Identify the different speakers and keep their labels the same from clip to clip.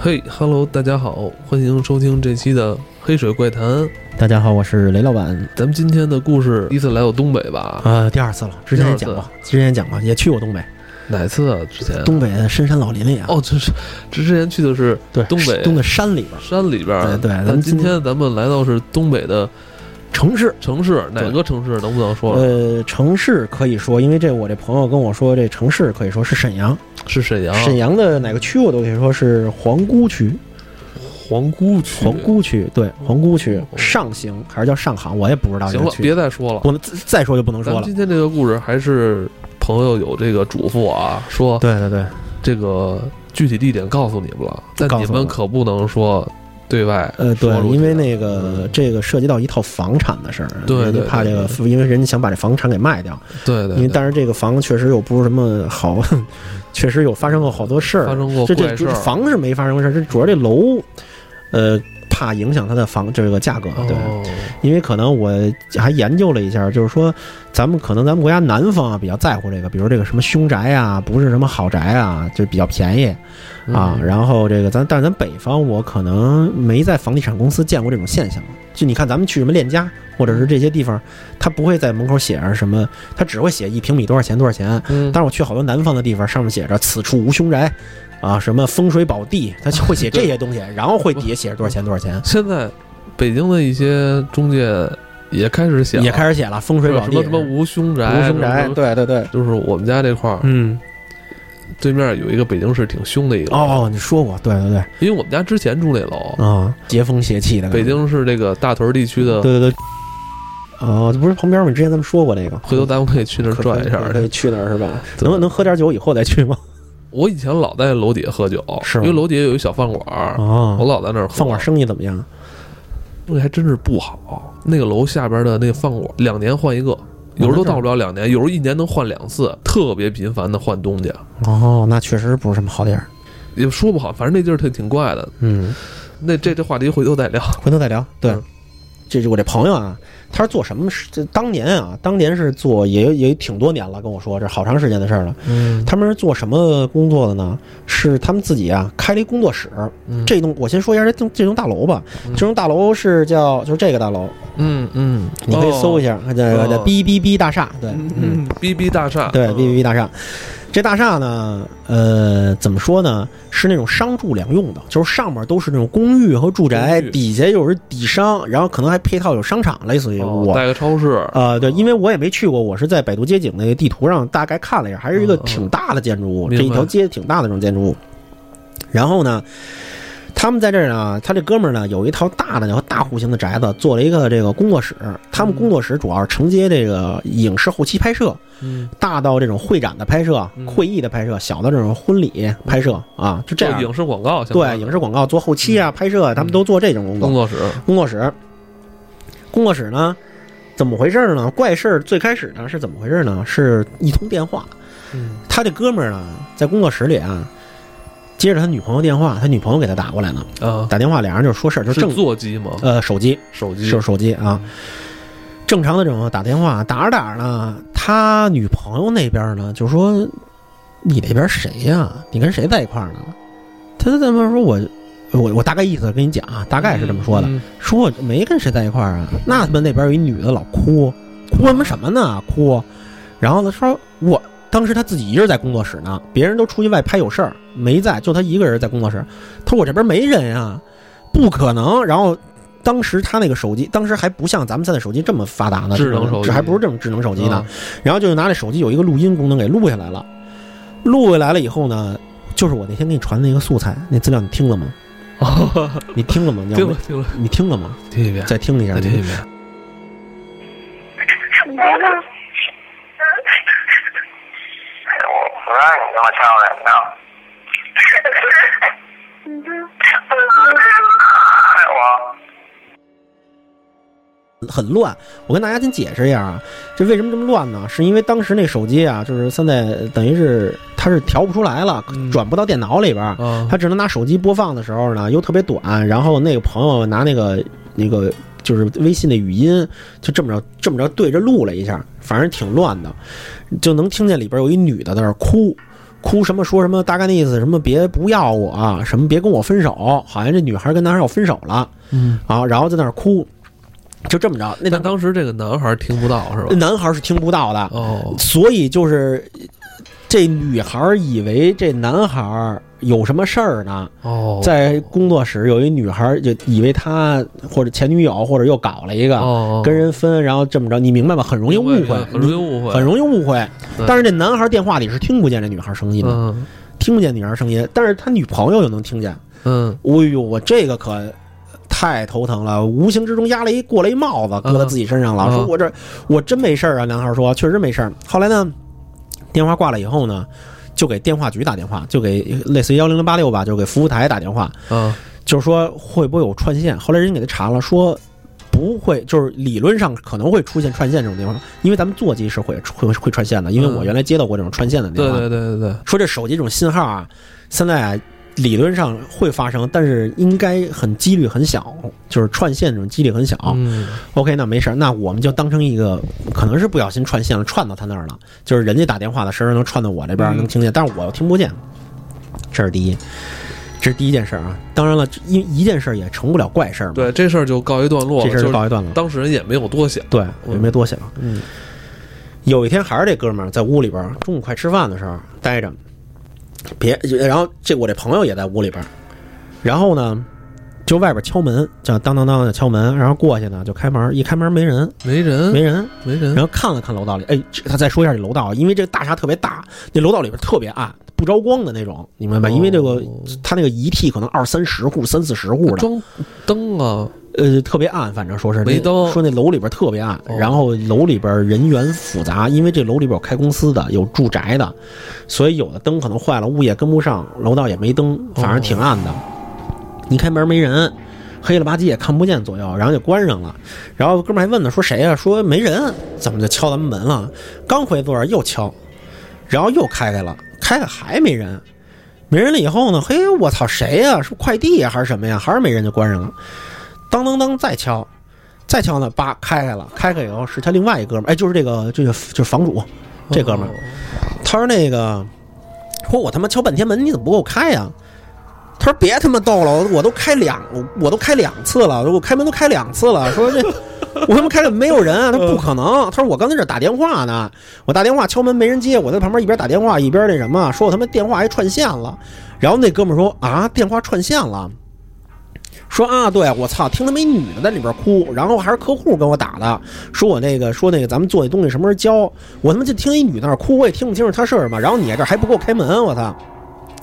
Speaker 1: 嘿哈喽，大家好，欢迎收听这期的《黑水怪谈》。
Speaker 2: 大家好，我是雷老板。
Speaker 1: 咱们今天的故事，第一次来到东北吧？
Speaker 2: 呃，第二次了，之前也
Speaker 1: 第
Speaker 2: 讲
Speaker 1: 二次
Speaker 2: 过，之前也讲过，也去过东北，
Speaker 1: 哪次啊？之前？
Speaker 2: 东北的深山老林里啊，
Speaker 1: 哦，这是这之前去的是
Speaker 2: 对，
Speaker 1: 东北
Speaker 2: 东北山里边儿，
Speaker 1: 山里边儿。
Speaker 2: 哎对对咱
Speaker 1: 但
Speaker 2: 们
Speaker 1: 今
Speaker 2: 今
Speaker 1: 天咱们来到是东北的
Speaker 2: 城市，
Speaker 1: 城市，哪
Speaker 2: 对
Speaker 1: 个城市？能不能说了？
Speaker 2: 呃，城市可以说，因为这我这朋友跟我说，这城市可以说是沈阳，
Speaker 1: 是沈阳
Speaker 2: 沈阳的哪个区我都可以说是皇姑区，
Speaker 1: 皇姑区。
Speaker 2: 皇姑区，对，皇姑区
Speaker 1: 嗯哦
Speaker 2: 上行还是叫上行，我也不知道这
Speaker 1: 行
Speaker 2: 个
Speaker 1: 了，
Speaker 2: 区，
Speaker 1: 别再说了。
Speaker 2: 我们再再说就不能
Speaker 1: 咱
Speaker 2: 说
Speaker 1: 们
Speaker 2: 了。
Speaker 1: 今天这个故事还是朋友有这个嘱咐啊，说
Speaker 2: 对对对，
Speaker 1: 这个具体地点告诉你们了，但
Speaker 2: 告
Speaker 1: 你
Speaker 2: 诉
Speaker 1: 们
Speaker 2: 我
Speaker 1: 可不能说对外
Speaker 2: 呃，对
Speaker 1: 说出，去
Speaker 2: 因为那个这个涉及到一套房产的事儿，
Speaker 1: 对对
Speaker 2: 人家怕这
Speaker 1: 对
Speaker 2: 个
Speaker 1: 对，
Speaker 2: 因为人家想把这房产给卖掉，
Speaker 1: 对对，
Speaker 2: 因
Speaker 1: 对
Speaker 2: 为但是这个房确实又不是什么好， 确实有发生过好多事儿。
Speaker 1: 发生过
Speaker 2: 这
Speaker 1: 怪
Speaker 2: 这
Speaker 1: 事
Speaker 2: 这
Speaker 1: 儿，
Speaker 2: 房是没发生过事儿，这主要这楼，呃，怕影响它的房这个价格。对，
Speaker 1: 哦，
Speaker 2: 因为可能我还研究了一下，就是说咱们可能咱们国家南方啊比较在乎这个，比如这个什么凶宅啊，不是什么好宅啊，就比较便宜啊。
Speaker 1: 嗯
Speaker 2: 然后这个咱但是咱北方我可能没在房地产公司见过这种现象。就你看咱们去什么链家或者是这些地方，他不会在门口写上什么，他只会写一平米多少钱多少钱。
Speaker 1: 嗯，
Speaker 2: 但是我去好多南方的地方，上面写着“此处无凶宅”，啊，什么风水宝地，他会写这些东西，然后会底下写着多少钱多少钱，
Speaker 1: 现在北京的一些中介也开始写了，
Speaker 2: 也开始写了风水
Speaker 1: 有
Speaker 2: 宝
Speaker 1: 什
Speaker 2: 地，
Speaker 1: 么什么无凶宅，
Speaker 2: 无凶
Speaker 1: 什么
Speaker 2: 宅
Speaker 1: 什，么，
Speaker 2: 对对对，
Speaker 1: 就是我们家这块儿
Speaker 2: 嗯，
Speaker 1: 对面有一个北京市挺凶的一个，
Speaker 2: 哦，你说过，对对对，
Speaker 1: 因为我们家之前住那楼，
Speaker 2: 啊，邪风邪气的感觉
Speaker 1: 北，京市这个大屯地区的，
Speaker 2: 对对对，哦，这不是旁边吗？你之前咱们说过那个，
Speaker 1: 回头咱们可以去那儿
Speaker 2: 可
Speaker 1: 转一下
Speaker 2: 可以
Speaker 1: 儿
Speaker 2: 可
Speaker 1: 去。
Speaker 2: 以去那儿是吧？
Speaker 1: 对
Speaker 2: 能能喝点酒以后再去吗？
Speaker 1: 我以前老在楼底下喝酒，
Speaker 2: 是
Speaker 1: 因
Speaker 2: 吗
Speaker 1: 为楼底下有一小饭馆儿，我
Speaker 2: 哦，
Speaker 1: 老在那儿喝
Speaker 2: 饭馆生意怎么样？
Speaker 1: 那个还真是不好。那个楼下边的那个饭馆，两年换一个，有时候都到不了两年，有时候一年能换两次，特别频繁的换东家，
Speaker 2: 哦，那确实不是什么好地儿，
Speaker 1: 也说不好。反正那地儿挺挺怪的。
Speaker 2: 嗯。
Speaker 1: 那这这话题回头再聊。
Speaker 2: 回头再聊。对
Speaker 1: 嗯，
Speaker 2: 这是我这朋友啊，他是做什么事？这当年啊，当年是做也有也有挺多年了，跟我说这好长时间的事儿了。
Speaker 1: 嗯，
Speaker 2: 他们是做什么工作的呢？是他们自己啊开了一工作室。这栋我先说一下这栋这栋大楼吧，
Speaker 1: 嗯
Speaker 2: 这栋大楼是叫就是这个大楼，
Speaker 1: 嗯嗯，
Speaker 2: 你可以搜一
Speaker 1: 下。
Speaker 2: 下，叫叫
Speaker 1: 哦
Speaker 2: 哔哔哔大厦。对，嗯，
Speaker 1: 嗯，B B 大厦，
Speaker 2: 对，
Speaker 1: 嗯
Speaker 2: 哔哔哔大厦。这大厦呢，呃，怎么说呢？是那种商住两用的，就是上面都是那种公寓和住宅，
Speaker 1: 公寓
Speaker 2: 底下又是底商，然后可能还配套有商场，类似于
Speaker 1: 哦
Speaker 2: 我。
Speaker 1: 带个超市，
Speaker 2: 呃，对，因为我也没去过，我是在百度街景那个地图上大概看了一下，还是一个
Speaker 1: 嗯嗯
Speaker 2: 挺大的建筑物，
Speaker 1: 明白
Speaker 2: 这一条街挺大的这种建筑物。然后呢，他们在这儿呢，他这哥们儿呢有一套大的然后大户型的宅子，做了一个这个工作室。他们工作室主要是承接这个影视后期拍摄，
Speaker 1: 嗯，
Speaker 2: 大到这种会展的拍摄
Speaker 1: 嗯、
Speaker 2: 会议的拍摄，小到这种婚礼拍摄啊，就这
Speaker 1: 做
Speaker 2: 样。
Speaker 1: 哦影视广告相关的，
Speaker 2: 对，影视广告做后期啊、拍摄啊，他们都做这种工
Speaker 1: 工
Speaker 2: 作。
Speaker 1: 作室，
Speaker 2: 工作室，工作室呢，怎么回事呢？怪事儿最开始呢是怎么回事呢？是一通电话，
Speaker 1: 嗯
Speaker 2: 他这哥们儿呢在工作室里啊，接着他女朋友电话，他女朋友给他打过来呢，
Speaker 1: 啊，
Speaker 2: 打电话俩人就说事儿，就是嗯正
Speaker 1: 座机吗？
Speaker 2: 呃手机
Speaker 1: 手机
Speaker 2: 就是手机啊，正常的这种打电话，打着打着呢，他女朋友那边呢就说：“你那边谁呀、你跟谁在一块儿呢？”他就在那边说：“我，我，我大概意思跟你讲啊，大概是这么说的，
Speaker 1: 嗯
Speaker 2: 说我没跟谁在一块儿啊。那他妈那边有一女的老哭，哭什么什么呢？哭。然后呢，说我当时他自己一人在工作室呢，别人都出去外拍有事儿，没在，就他一个人在工作室。他说我这边没人啊，不可能。然后当时他那个手机，当时还不像咱们现在手机这么发达呢，
Speaker 1: 智能手机嗯
Speaker 2: 这还不是这种智能手机呢。，然后就拿这手机有一个录音功能给录下来了，录下来了以后呢，就是我那天给你传的那个素材，那资料你听了吗？
Speaker 1: 嗯
Speaker 2: 你听了吗？你要
Speaker 1: 听
Speaker 2: 没
Speaker 1: 了听了，
Speaker 2: 你听了吗？
Speaker 1: 听一遍，
Speaker 2: 再听一下
Speaker 1: 再，听一遍。
Speaker 3: 你觉得？
Speaker 4: 我不让你这么叫人呢。
Speaker 3: 嗯
Speaker 4: 害我，
Speaker 2: 很乱。我跟大家先解释一下啊，这为什么这么乱呢？是因为当时那手机啊，就是现在等于是它是调不出来了
Speaker 1: 嗯，
Speaker 2: 转不到电脑里边儿，
Speaker 1: 啊，
Speaker 2: 它只能拿手机播放的时候呢，又特别短。然后那个朋友拿那个那个就是微信的语音，就这么着这么着对着录了一下，反正挺乱的，就能听见里边有一女的在那儿哭。哭什么说什么，大概那意思，什么别不要我啊，什么别跟我分手，好像这女孩跟男孩要分手了
Speaker 1: 嗯，
Speaker 2: 啊，然后在那儿哭，就这么着。那
Speaker 1: 但当时这个男孩听不到是吧？
Speaker 2: 男孩是听不到的，
Speaker 1: 哦，
Speaker 2: 所以就是这女孩以为这男孩有什么事儿呢，
Speaker 1: 哦，
Speaker 2: 在工作室有一女孩就以为他或者前女友或者又搞了一个
Speaker 1: 哦，
Speaker 2: 跟人分，然后这么着，你明白吧？很容易误
Speaker 1: 明白
Speaker 2: 会
Speaker 1: 很，容易误会，
Speaker 2: 很容易误会
Speaker 1: 对。
Speaker 2: 但是这男孩电话里是听不见这女孩声音的，
Speaker 1: 嗯
Speaker 2: 听不见女孩声音，但是他女朋友又能听见。
Speaker 1: 嗯，
Speaker 2: 哎呦，我这个可太头疼了，无形之中压了一过来一帽子，搁在自己身上了。
Speaker 1: 嗯
Speaker 2: 说我这我真没事儿啊，男孩说确实没事儿。后来呢，电话挂了以后呢，就给电话局打电话，就给类似于幺零零八六吧，就给服务台打电话，
Speaker 1: 啊，
Speaker 2: 就是说会不会有串线。后来人给他查了，说。不会，就是理论上可能会出现串线这种地方，因为咱们座机是会会会串线的，因为
Speaker 1: 嗯
Speaker 2: 我原来接到过这种串线的电
Speaker 1: 对
Speaker 2: 话。
Speaker 1: 对对对对，
Speaker 2: 说这手机这种信号啊，现在啊理论上会发生，但是应该很几率很小，就是串线这种几率很小。
Speaker 1: 嗯，
Speaker 2: OK，那没事儿，那我们就当成一个可能是不小心串线了，串到他那儿了，就是人家打电话的声儿能串到我这边儿
Speaker 1: 嗯
Speaker 2: 能听见，但是我又听不见。这是第一，这是第一件事儿啊。当然了，这因为一件事儿也成不了怪事儿嘛，
Speaker 1: 对，这事儿就告一段落了，
Speaker 2: 这事儿
Speaker 1: 就
Speaker 2: 就是告一段落。
Speaker 1: 当事人也没有多想，
Speaker 2: 对，我就没多想。
Speaker 1: 嗯，
Speaker 2: 有一天还是这哥们儿在屋里边儿，中午快吃饭的时候待着，别，然后这我这朋友也在屋里边儿，然后呢，就外边敲门，叫当当当的敲门，然后过去呢就开门，一开门没人，
Speaker 1: 没人，
Speaker 2: 没人，
Speaker 1: 没人
Speaker 2: 然，后看了看楼道里，哎，这他再说一下这楼道，因为这个大厦特别大，那楼道里边特别暗，不着光的那种，你明白吧？因为这个
Speaker 1: 哦
Speaker 2: 他那个遗体可能二三十户、三四十户的，
Speaker 1: 装灯啊，
Speaker 2: 呃，特别暗，反正说是那
Speaker 1: 没灯
Speaker 2: 说那楼里边特别暗
Speaker 1: 哦，
Speaker 2: 然后楼里边人员复杂，因为这楼里边有开公司的，有住宅的，所以有的灯可能坏了，物业跟不上，楼道也没灯，反正挺暗的。你开门没人，黑了吧唧也看不见左右，然后就关上了。然后哥们儿还问呢，说谁呀、说没人，怎么就敲咱们门了？刚回座儿又敲，然后又开开了，开开还没人。没人了以后呢？嘿，我操，谁呀、是快递呀、还是什么呀？还是没人就关上了。当当当，再敲，再敲呢，叭开开了，开开以后是他另外一哥们儿，哎，就是这个，这个就是房主，这哥们儿，他说那个，说我他妈敲半天门，你怎么不给我开呀、他说别他妈逗了，我都开两，我都开两次了，我开门都开两次了。说这 我他妈开了没有人啊，他说不可能。他说我刚才这打电话呢，我打电话敲门没人接，我在旁边一边打电话一边那什么，说我他妈电话还串线了。然后那哥们儿说啊，电话串线了。说啊，对我操，听他妈一女的在里边哭，然后还是客户跟我打的，说我那个说那个咱们做那东西什么时候交，我他妈就听一女在那儿哭，我也听不清楚她是什么，然后你在这儿还不给我开门，我操！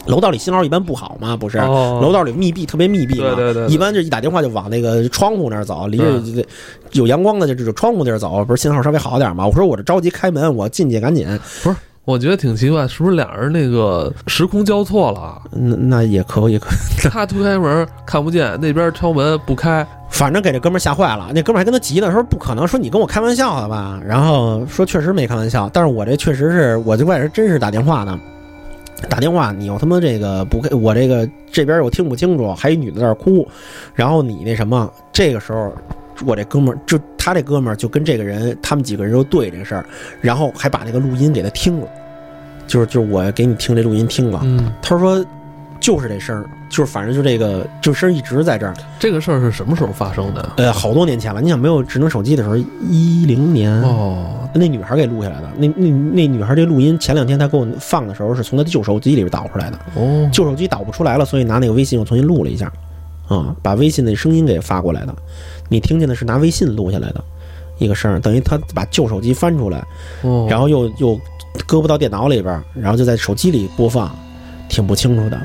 Speaker 2: 楼道里信号一般不好嘛，不是？
Speaker 1: 哦
Speaker 2: 楼道里密闭，特别密闭嘛，
Speaker 1: 对对对对
Speaker 2: 一般就一打电话就往那个窗户那儿走，离着
Speaker 1: 嗯
Speaker 2: 有阳光的就就窗户地儿走，不是信号稍微好点嘛？我说我这着急开门，我进去赶紧，
Speaker 1: 我觉得挺奇怪，是不是俩人那个时空交错 了？啊
Speaker 2: 那那也可以，可以
Speaker 1: 他推开门看不见，那边敲门不开，
Speaker 2: 反正给这哥们儿吓坏了，那哥们儿还跟他急呢，说不可能，说你跟我开玩笑的吧？然后说确实没开玩笑，但是我这确实是我这外人真是打电话呢，打电话你又他妈这个不给我这个这边又听不清楚，还一女的在那儿哭，然后你那什么，这个时候我这哥们儿就他这哥们儿就跟这个人他们几个人就对这个事儿，然后还把那个录音给他听了，就是就是我给你听这录音听了，
Speaker 1: 嗯，
Speaker 2: 他说就是这声儿，就是反正就这个就声儿一直在这儿。
Speaker 1: 这个事儿是什么时候发生的？
Speaker 2: 呃，好多年前了。你想没有智能手机的时候，一零年，
Speaker 1: 哦，
Speaker 2: 那女孩给录下来的。那那那女孩这录音，前两天她给我放的时候，是从她的旧手机里边导出来的。
Speaker 1: 哦，
Speaker 2: 旧手机导不出来了，所以拿那个微信又重新录了一下，啊、把微信的声音给发过来的。你听见的是拿微信录下来的一个声儿，等于她把旧手机翻出来，
Speaker 1: 哦，
Speaker 2: 然
Speaker 1: 后
Speaker 2: 后又又搁不到电脑里边儿，然后就在手机里播放，挺不清楚的。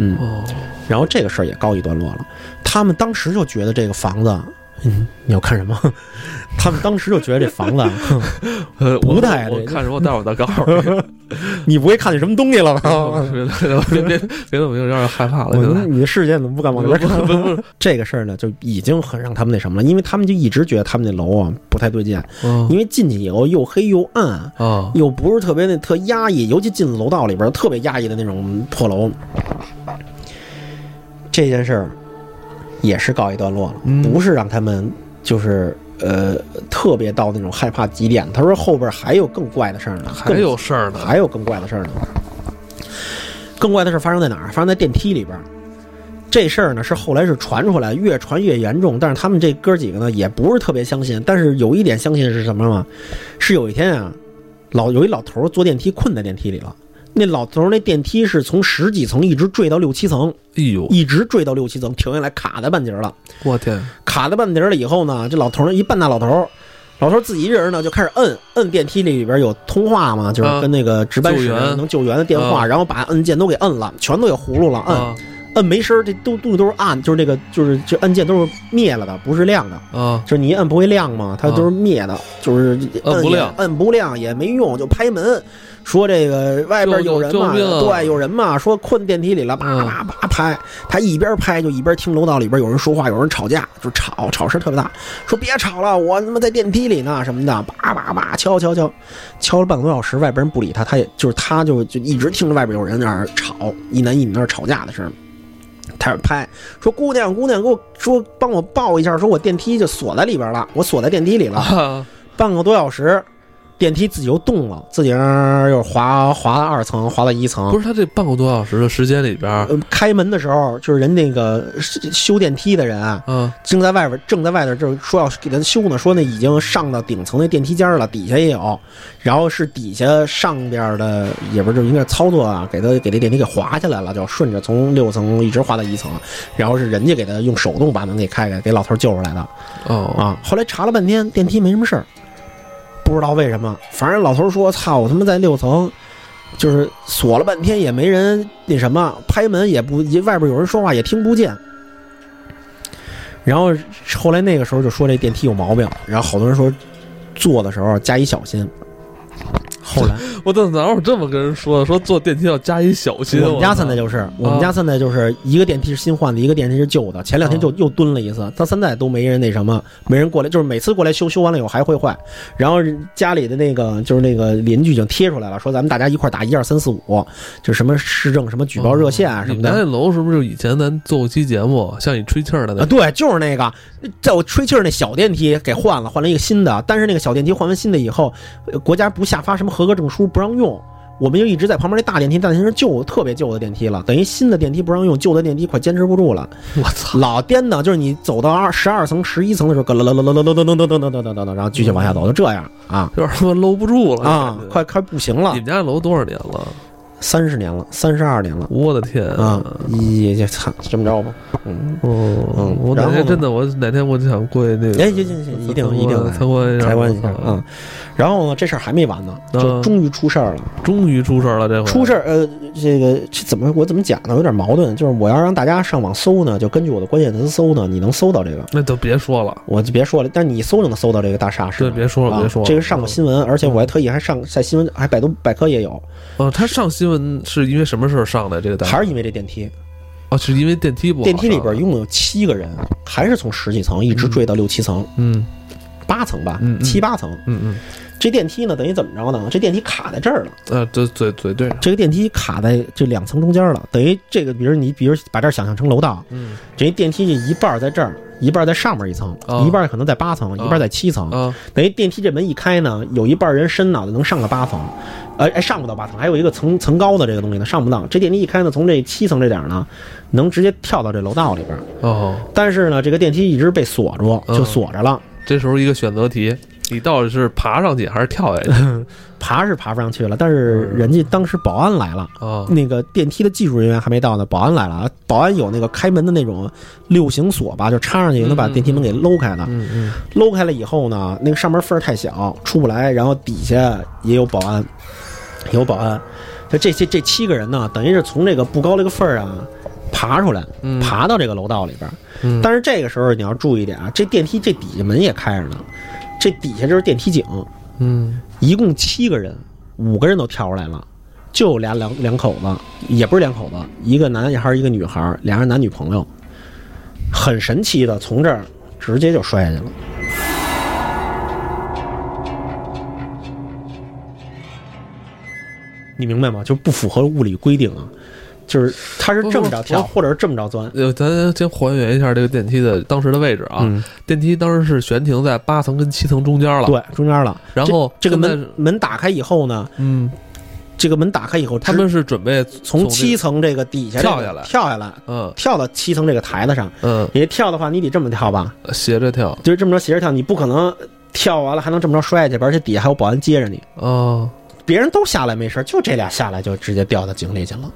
Speaker 2: 嗯，
Speaker 1: 哦，
Speaker 2: 然后这个事儿也告一段落了。他们当时就觉得这个房子，嗯，你要看什么？ 他们当时就觉得这房子， 哼
Speaker 1: 呃，我
Speaker 2: 不带
Speaker 1: 我
Speaker 2: 这个
Speaker 1: 看什么？待会儿再告诉 你。
Speaker 2: 你不会看见什么东西了吧？
Speaker 1: 别别别别怎么有点害怕了，
Speaker 2: 我
Speaker 1: 现
Speaker 2: 说
Speaker 1: 在。
Speaker 2: 你的视线怎么不敢往那边看？ 这个事儿呢，就已经很让他们那什么了，因为他们就一直觉得他们那楼啊不太对劲，
Speaker 1: 嗯
Speaker 2: 因为进去以后又黑又暗，
Speaker 1: 啊，
Speaker 2: 又不是特别那特压抑，尤其进楼道里边儿特别压抑的那种破楼。这件事儿也是告一段落了，
Speaker 1: 嗯
Speaker 2: 不是让他们就是呃特别到那种害怕极点。他说后边还有更怪的事儿呢，
Speaker 1: 还有事儿
Speaker 2: 更
Speaker 1: 呢。
Speaker 2: 还有更怪的事儿呢。更怪的事发生在哪儿？发生在电梯里边儿。这事儿呢是后来是传出来，越传越严重。但是他们这哥几个呢也不是特别相信，但是有一点相信的是什么吗？是有一天啊，老有一老头儿坐电梯困在电梯里了。那老头儿那电梯是从十几层一直坠到六七层，
Speaker 1: 哎呦，
Speaker 2: 一直坠到六七层，停下来卡在半截儿了。
Speaker 1: 我天，
Speaker 2: 卡在半截儿了以后呢，这老头儿呢一半大老头儿，老头儿自己一人呢就开始摁摁电梯里边有通话嘛，就是
Speaker 1: 啊
Speaker 2: 跟那个值班室
Speaker 1: 救援
Speaker 2: 能救援的电话，
Speaker 1: 啊
Speaker 2: 然后把按键都给摁了，全都给葫芦了，摁、
Speaker 1: 啊
Speaker 2: 摁没声儿，这都东西都是暗，就是那个就是这按键都是灭了的，不是亮的。
Speaker 1: 啊，
Speaker 2: 就是你一摁不会亮嘛，它都是灭的，就是
Speaker 1: 摁不
Speaker 2: 也
Speaker 1: 亮
Speaker 2: 摁不亮也没用，就拍门，说这个外边有人
Speaker 1: 有有救
Speaker 2: 嘛，
Speaker 1: 命啊嗯
Speaker 2: 对，有人嘛，说困电梯里了，叭叭叭拍，他一边拍就一边听楼道里边有人说话，有人吵架，就吵吵声特别大，说别吵了，我他妈在电梯里呢什么的，叭叭叭敲敲敲，敲了半个多小时，外边人不理他，他也就是他就就一直听着外边有人在那儿吵，一男一女在那儿吵架的声儿。开始拍，说姑娘，姑娘，给我说帮我抱一下，说我电梯就锁在里边了，我锁在电梯 里了，
Speaker 1: 啊
Speaker 2: 半个多小时，电梯自己又动了，自己儿又滑滑到二层，滑到一层。
Speaker 1: 不是他这半个多小时的时间里边儿，
Speaker 2: 呃，开门的时候就是人那个修修电梯的人啊，
Speaker 1: 啊
Speaker 2: 正在外边正在外头就是说要给他修呢，说那已经上到顶层那电梯间儿了，底下也有，然后是底下上边的也不是就应该是操作啊，给他给这电梯给滑下来了，就顺着从六层一直滑到一层，然后是人家给他用手动把门给开开，给老头救出来的。
Speaker 1: 哦，
Speaker 2: 啊。后来查了半天，电梯没什么事儿，不知道为什么。反正老头儿说：“操，我他妈在六层，就是锁了半天也没人那什么，拍门也不，也外边有人说话也听不见。”然后后来那个时候就说这电梯有毛病，然后好多人说坐的时候加以小心。后来
Speaker 1: 我怎么哪有这么跟人说的？说坐电梯要加一小心。
Speaker 2: 我们家
Speaker 1: 操
Speaker 2: 现在就是，我们家现在就是一个电梯是新换的，一个电梯是旧的。前两天就又蹲了一次，到现在都没人那什么，没人过来，就是每次过来修，修完了以后还会坏。然后家里的那个就是那个邻居已经贴出来了，说咱们大家一块儿打一二三四五，就什么市政什么举报热线啊什么
Speaker 1: 哦你们家
Speaker 2: 的。
Speaker 1: 那楼是不是就以前咱做过期节目，像你吹气儿的那
Speaker 2: 啊，对，就是那个，在我吹气儿那小电梯给换了，换了一个新的。但是那个小电梯换完新的以后，呃国家不下发什么合格证书，不让用。我们就一直在旁边那大电梯，大电梯是旧，特别旧的电梯了，等于新的电梯不让用，旧的电梯快坚持不住了。
Speaker 1: 我操！
Speaker 2: 老颠倒，就是你走到二十二层、十一层的时候，咯咯咯咯咯咯咯咯咯咯咯咯咯，然后继续往下走，就这样啊
Speaker 1: 有点他妈搂不住了
Speaker 2: 啊
Speaker 1: 感，觉
Speaker 2: 快快不行
Speaker 1: 你
Speaker 2: 了
Speaker 1: 们，家楼多少年了？
Speaker 2: 三十年了，三十二年了
Speaker 1: 我的天
Speaker 2: 啊！也也操，这么着吧，嗯，
Speaker 1: 哦
Speaker 2: 嗯，
Speaker 1: 我哪
Speaker 2: 然后
Speaker 1: 天
Speaker 2: 呢
Speaker 1: 真的，我哪天我就想过去那个，
Speaker 2: 哎，行行行，一定一定
Speaker 1: 参观一下，
Speaker 2: 来关一下
Speaker 1: 我操
Speaker 2: 啊。然后呢，这事儿还没完呢，就
Speaker 1: 嗯
Speaker 2: 终于出事儿了。
Speaker 1: 终于出事儿了，这回
Speaker 2: 出事儿，呃，这个这怎么我怎么讲呢？有点矛盾，就是我要让大家上网搜呢，就根据我的关键词搜呢，你能搜到这个。
Speaker 1: 那就别说了，
Speaker 2: 我就别说了，但是你搜就能搜到这个大厦是
Speaker 1: 对
Speaker 2: 吧？
Speaker 1: 别说了
Speaker 2: 啊
Speaker 1: 别说了嗯
Speaker 2: 这个上过新闻，而且我还特意还上在新闻，还百度百科也有，
Speaker 1: 哦，他上新闻是因为什么事儿上的？这个单
Speaker 2: 还是因为这电梯，
Speaker 1: 哦，是因为电梯不好
Speaker 2: 电梯里边一
Speaker 1: 上
Speaker 2: 共有七个人，还是从十几层一直坠到六七层，
Speaker 1: 嗯
Speaker 2: 八层吧，
Speaker 1: 嗯嗯
Speaker 2: 七八层。
Speaker 1: 嗯嗯，
Speaker 2: 这电梯呢，等于怎么着呢？这电梯卡在这儿了，
Speaker 1: 呃，对对对对，
Speaker 2: 这个电梯卡在这两层中间了，等于这个，比如你，比如把这儿想象成楼道，
Speaker 1: 嗯
Speaker 2: 这电梯这一半儿在这儿，一半儿在上面一层，
Speaker 1: 哦
Speaker 2: 一半儿可能在八层，一半儿在七层。
Speaker 1: 啊，
Speaker 2: 等于电梯这门一开呢，有一半人伸脑袋能上到八层，呃，哎，上不到八层，还有一个层层高的这个东西呢，上不到。这电梯一开呢，从这七层这点儿呢，能直接跳到这楼道里边儿。
Speaker 1: 哦，
Speaker 2: 但是呢，这个电梯一直被锁住，
Speaker 1: 嗯
Speaker 2: 就锁着了，
Speaker 1: 这时候一个选择题，你到底是爬上去还是跳下去
Speaker 2: 爬是爬不上去了。但是
Speaker 1: 嗯
Speaker 2: 人家当时保安来了。
Speaker 1: 啊？
Speaker 2: 那个电梯的技术人员还没到呢，保安来了啊！保安有那个开门的那种六行锁吧，就插上去能把
Speaker 1: 嗯嗯
Speaker 2: 电梯门给搂开的。
Speaker 1: 嗯嗯，
Speaker 2: 搂开了以后呢，那个上面缝儿太小，出不来，然后底下也有保安，有保安。就这些这七个人呢，等于是从这个不高这个缝儿啊爬出来，
Speaker 1: 嗯
Speaker 2: 爬到这个楼道里边儿。
Speaker 1: 嗯
Speaker 2: 但是这个时候你要注意点啊，这电梯这底下门也开着呢，这底下就是电梯井，
Speaker 1: 嗯，
Speaker 2: 一共七个人，五个人都跳出来了，就有俩两两口子，也不是两口子，一个男孩儿一个女孩儿，俩人男女朋友，很神奇的从这儿直接就摔下去了。你明白吗？就不符合物理规定啊，就是他是这么着跳，
Speaker 1: 不
Speaker 2: 或者是这么着钻。
Speaker 1: 呃，咱先还原一下这个电梯的当时的位置啊。
Speaker 2: 嗯
Speaker 1: 电梯当时是悬停在八层跟七层中间了。，嗯
Speaker 2: 对，中间了。
Speaker 1: 然后
Speaker 2: 这这个
Speaker 1: 现在
Speaker 2: 门门打开以后呢，
Speaker 1: 嗯，
Speaker 2: 这个门打开以后，
Speaker 1: 他
Speaker 2: 直
Speaker 1: 们是准备
Speaker 2: 从
Speaker 1: 这
Speaker 2: 七层这个底下这个
Speaker 1: 跳下来
Speaker 2: 跳下来，
Speaker 1: 嗯
Speaker 2: 跳到七层这个台子上。
Speaker 1: 嗯
Speaker 2: 你跳的话，你得这么跳吧？
Speaker 1: 斜着跳
Speaker 2: 就是这么着斜着跳，你不可能跳完了还能这么着摔下去吧，而且底下还有保安接着你。
Speaker 1: 啊，
Speaker 2: 别人都下来没事儿，就这俩下来就直接掉到井里去了，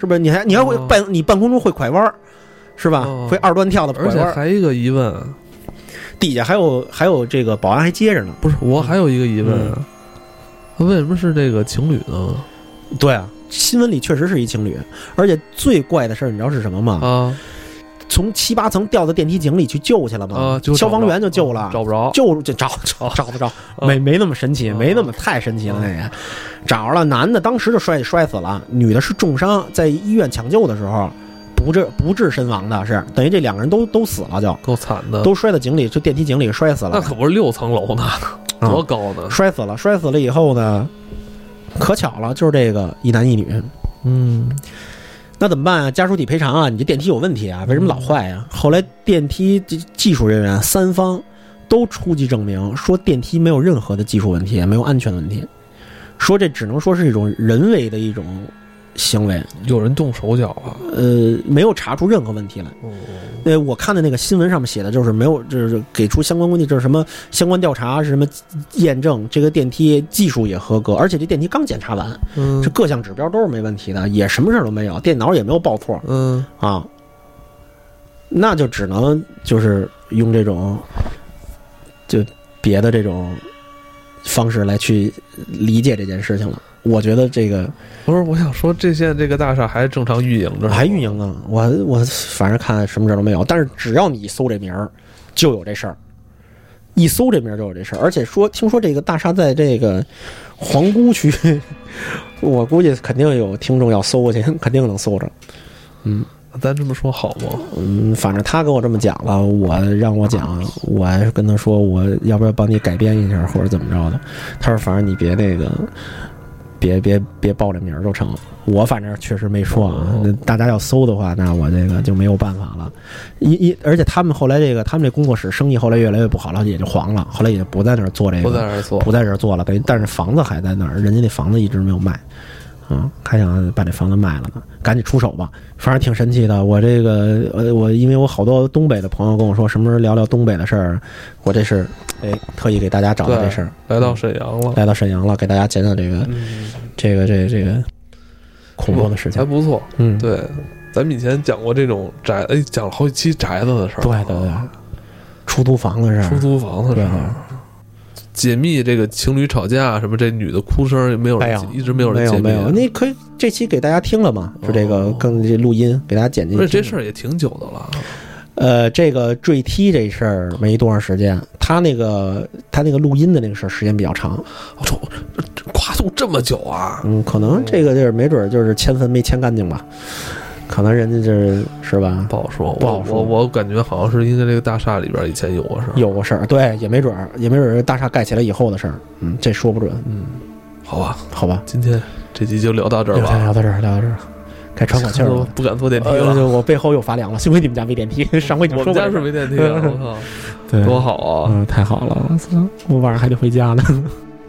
Speaker 2: 是不是？你还你还会
Speaker 1: 哦
Speaker 2: 半、你半空中会拐弯儿，是吧？
Speaker 1: 哦
Speaker 2: 会二段跳的拐
Speaker 1: 而且
Speaker 2: 弯儿，
Speaker 1: 还一个疑问，
Speaker 2: 底下还有还有这个保安还接着呢。
Speaker 1: 不是我还有一个疑问啊，为什么是这个情侣呢？
Speaker 2: 对啊，新闻里确实是一情侣，而且最怪的事儿你知道是什么吗？
Speaker 1: 啊
Speaker 2: 从七八层掉到电梯井里去救去了吗？
Speaker 1: 啊，就
Speaker 2: 消
Speaker 1: 找不
Speaker 2: 防
Speaker 1: 着哦
Speaker 2: 员就救了，
Speaker 1: 找不着，
Speaker 2: 就就找嗯找找得着，没没那么神奇，
Speaker 1: 啊
Speaker 2: 没那么太神奇了那个，找着了，男的当时就摔摔死了，女的是重伤，在医院抢救的时候不治不治身亡的是，等于这两个人都都死了就，
Speaker 1: 够惨的。
Speaker 2: 都摔到井里，就电梯井里摔死
Speaker 1: 那
Speaker 2: 了，
Speaker 1: 可不是六层楼呢，
Speaker 2: 啊
Speaker 1: 多高呢？
Speaker 2: 摔死了，摔死了以后呢，可巧了，就是这个一男一女，
Speaker 1: 嗯，
Speaker 2: 那怎么办啊？家属得赔偿啊！你这电梯有问题啊，为什么老坏呀、后来电梯技技术人员三方都出具证明，说电梯没有任何的技术问题，没有安全问题，说这只能说是一种人为的一种行为，
Speaker 1: 有人动手脚啊了。
Speaker 2: 呃，没有查出任何问题来。
Speaker 1: 嗯
Speaker 2: 呃，我看的那个新闻上面写的就是没有，就是给出相关规定，就是什么相关调查是什么验证，这个电梯技术也合格，而且这电梯刚检查完，
Speaker 1: 嗯
Speaker 2: 这各项指标都是没问题的，也什么事儿都没有，电脑也没有报错。
Speaker 1: 嗯，
Speaker 2: 啊，那就只能就是用这种就别的这种方式来去理解这件事情了。我觉得这个
Speaker 1: 不是，我想说，这现在这个大厦还正常运营着，
Speaker 2: 还运。营呢，我我反正看什么事儿都没有，但是只要你一搜这名儿，就有这事儿。一搜这名儿就有这事儿，而且说听说这个大厦在这个皇姑区， 我估计肯定有听众要搜去，肯定能搜着。
Speaker 1: 咱这么说好吗？
Speaker 2: 嗯，反正他跟我这么讲了，我让我讲，我跟他说我要不要帮你改编一下或者怎么着的，他说反正你别那个，别别别报这名儿就成。我反正确实没说啊
Speaker 1: 哦，
Speaker 2: 那大家要搜的话，那我这个就没有办法了。一一，而且他们后来这个他们这工作室生意后来越来越不好了，也就黄了，后来也就不在那儿做这个，
Speaker 1: 不在这儿做
Speaker 2: 不，在这儿做了，等于但是房子还在那儿，人家那房子一直没有卖，啊、还想把这房子卖了呢，赶紧出手吧，反正挺神奇的。我这个呃，我因为我好多东北的朋友跟我说，什么时候聊聊东北的事儿，我这是哎特意给大家找的
Speaker 1: 对
Speaker 2: 这事儿，
Speaker 1: 来到沈阳了。
Speaker 2: 来到沈阳了，给大家讲讲这个
Speaker 1: 嗯，
Speaker 2: 这个这个这个恐怖的事
Speaker 1: 还
Speaker 2: 情。
Speaker 1: 不错。
Speaker 2: 嗯，
Speaker 1: 对，咱们以前讲过这种宅，哎，讲了好几期宅子的事儿。啊
Speaker 2: 对对对，出租房的事
Speaker 1: 出
Speaker 2: 儿，
Speaker 1: 租房的事
Speaker 2: 对
Speaker 1: 儿，嗯解密这个情侣吵架什么，这女的哭声没有
Speaker 2: 没
Speaker 1: 人
Speaker 2: 有
Speaker 1: 解，一直没有
Speaker 2: 哎没
Speaker 1: 人
Speaker 2: 有
Speaker 1: 解密。
Speaker 2: 没有，那可以这期给大家听了嘛？就这个
Speaker 1: 哦
Speaker 2: 跟这录音给大家剪辑。
Speaker 1: 而且这事儿也挺久的了。
Speaker 2: 呃，这个坠梯这事儿没多长时间，他那个他那个录音的那个事儿时间比较长，
Speaker 1: 我操，这这跨度这么久啊！
Speaker 2: 嗯，可能这个就是没准儿就是迁坟没迁干净吧，可能人家就是是吧，
Speaker 1: 不好说，
Speaker 2: 不好说
Speaker 1: 我我我感觉好像是因为这个大厦里边以前有过事儿。
Speaker 2: 有过事儿，对，也没准儿也没准儿是大厦盖起来以后的事儿，嗯，这说不准，
Speaker 1: 嗯，好吧，
Speaker 2: 好吧，
Speaker 1: 今天这集就聊到这
Speaker 2: 就
Speaker 1: 儿吧。
Speaker 2: 聊到这儿，聊到这儿，该喘口气儿
Speaker 1: 我
Speaker 2: 了。
Speaker 1: 不敢坐电梯
Speaker 2: 呃
Speaker 1: 了。
Speaker 2: 我背后又发凉了，幸亏你们家没电梯，上回已经
Speaker 1: 我们
Speaker 2: 说过嗯
Speaker 1: 家
Speaker 2: 这事
Speaker 1: 是
Speaker 2: 儿，
Speaker 1: 没电梯的，我
Speaker 2: 对
Speaker 1: 靠，多好啊！
Speaker 2: 嗯，太好了，我操，我晚上还得回家呢，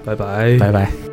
Speaker 1: 拜拜，
Speaker 2: 拜拜。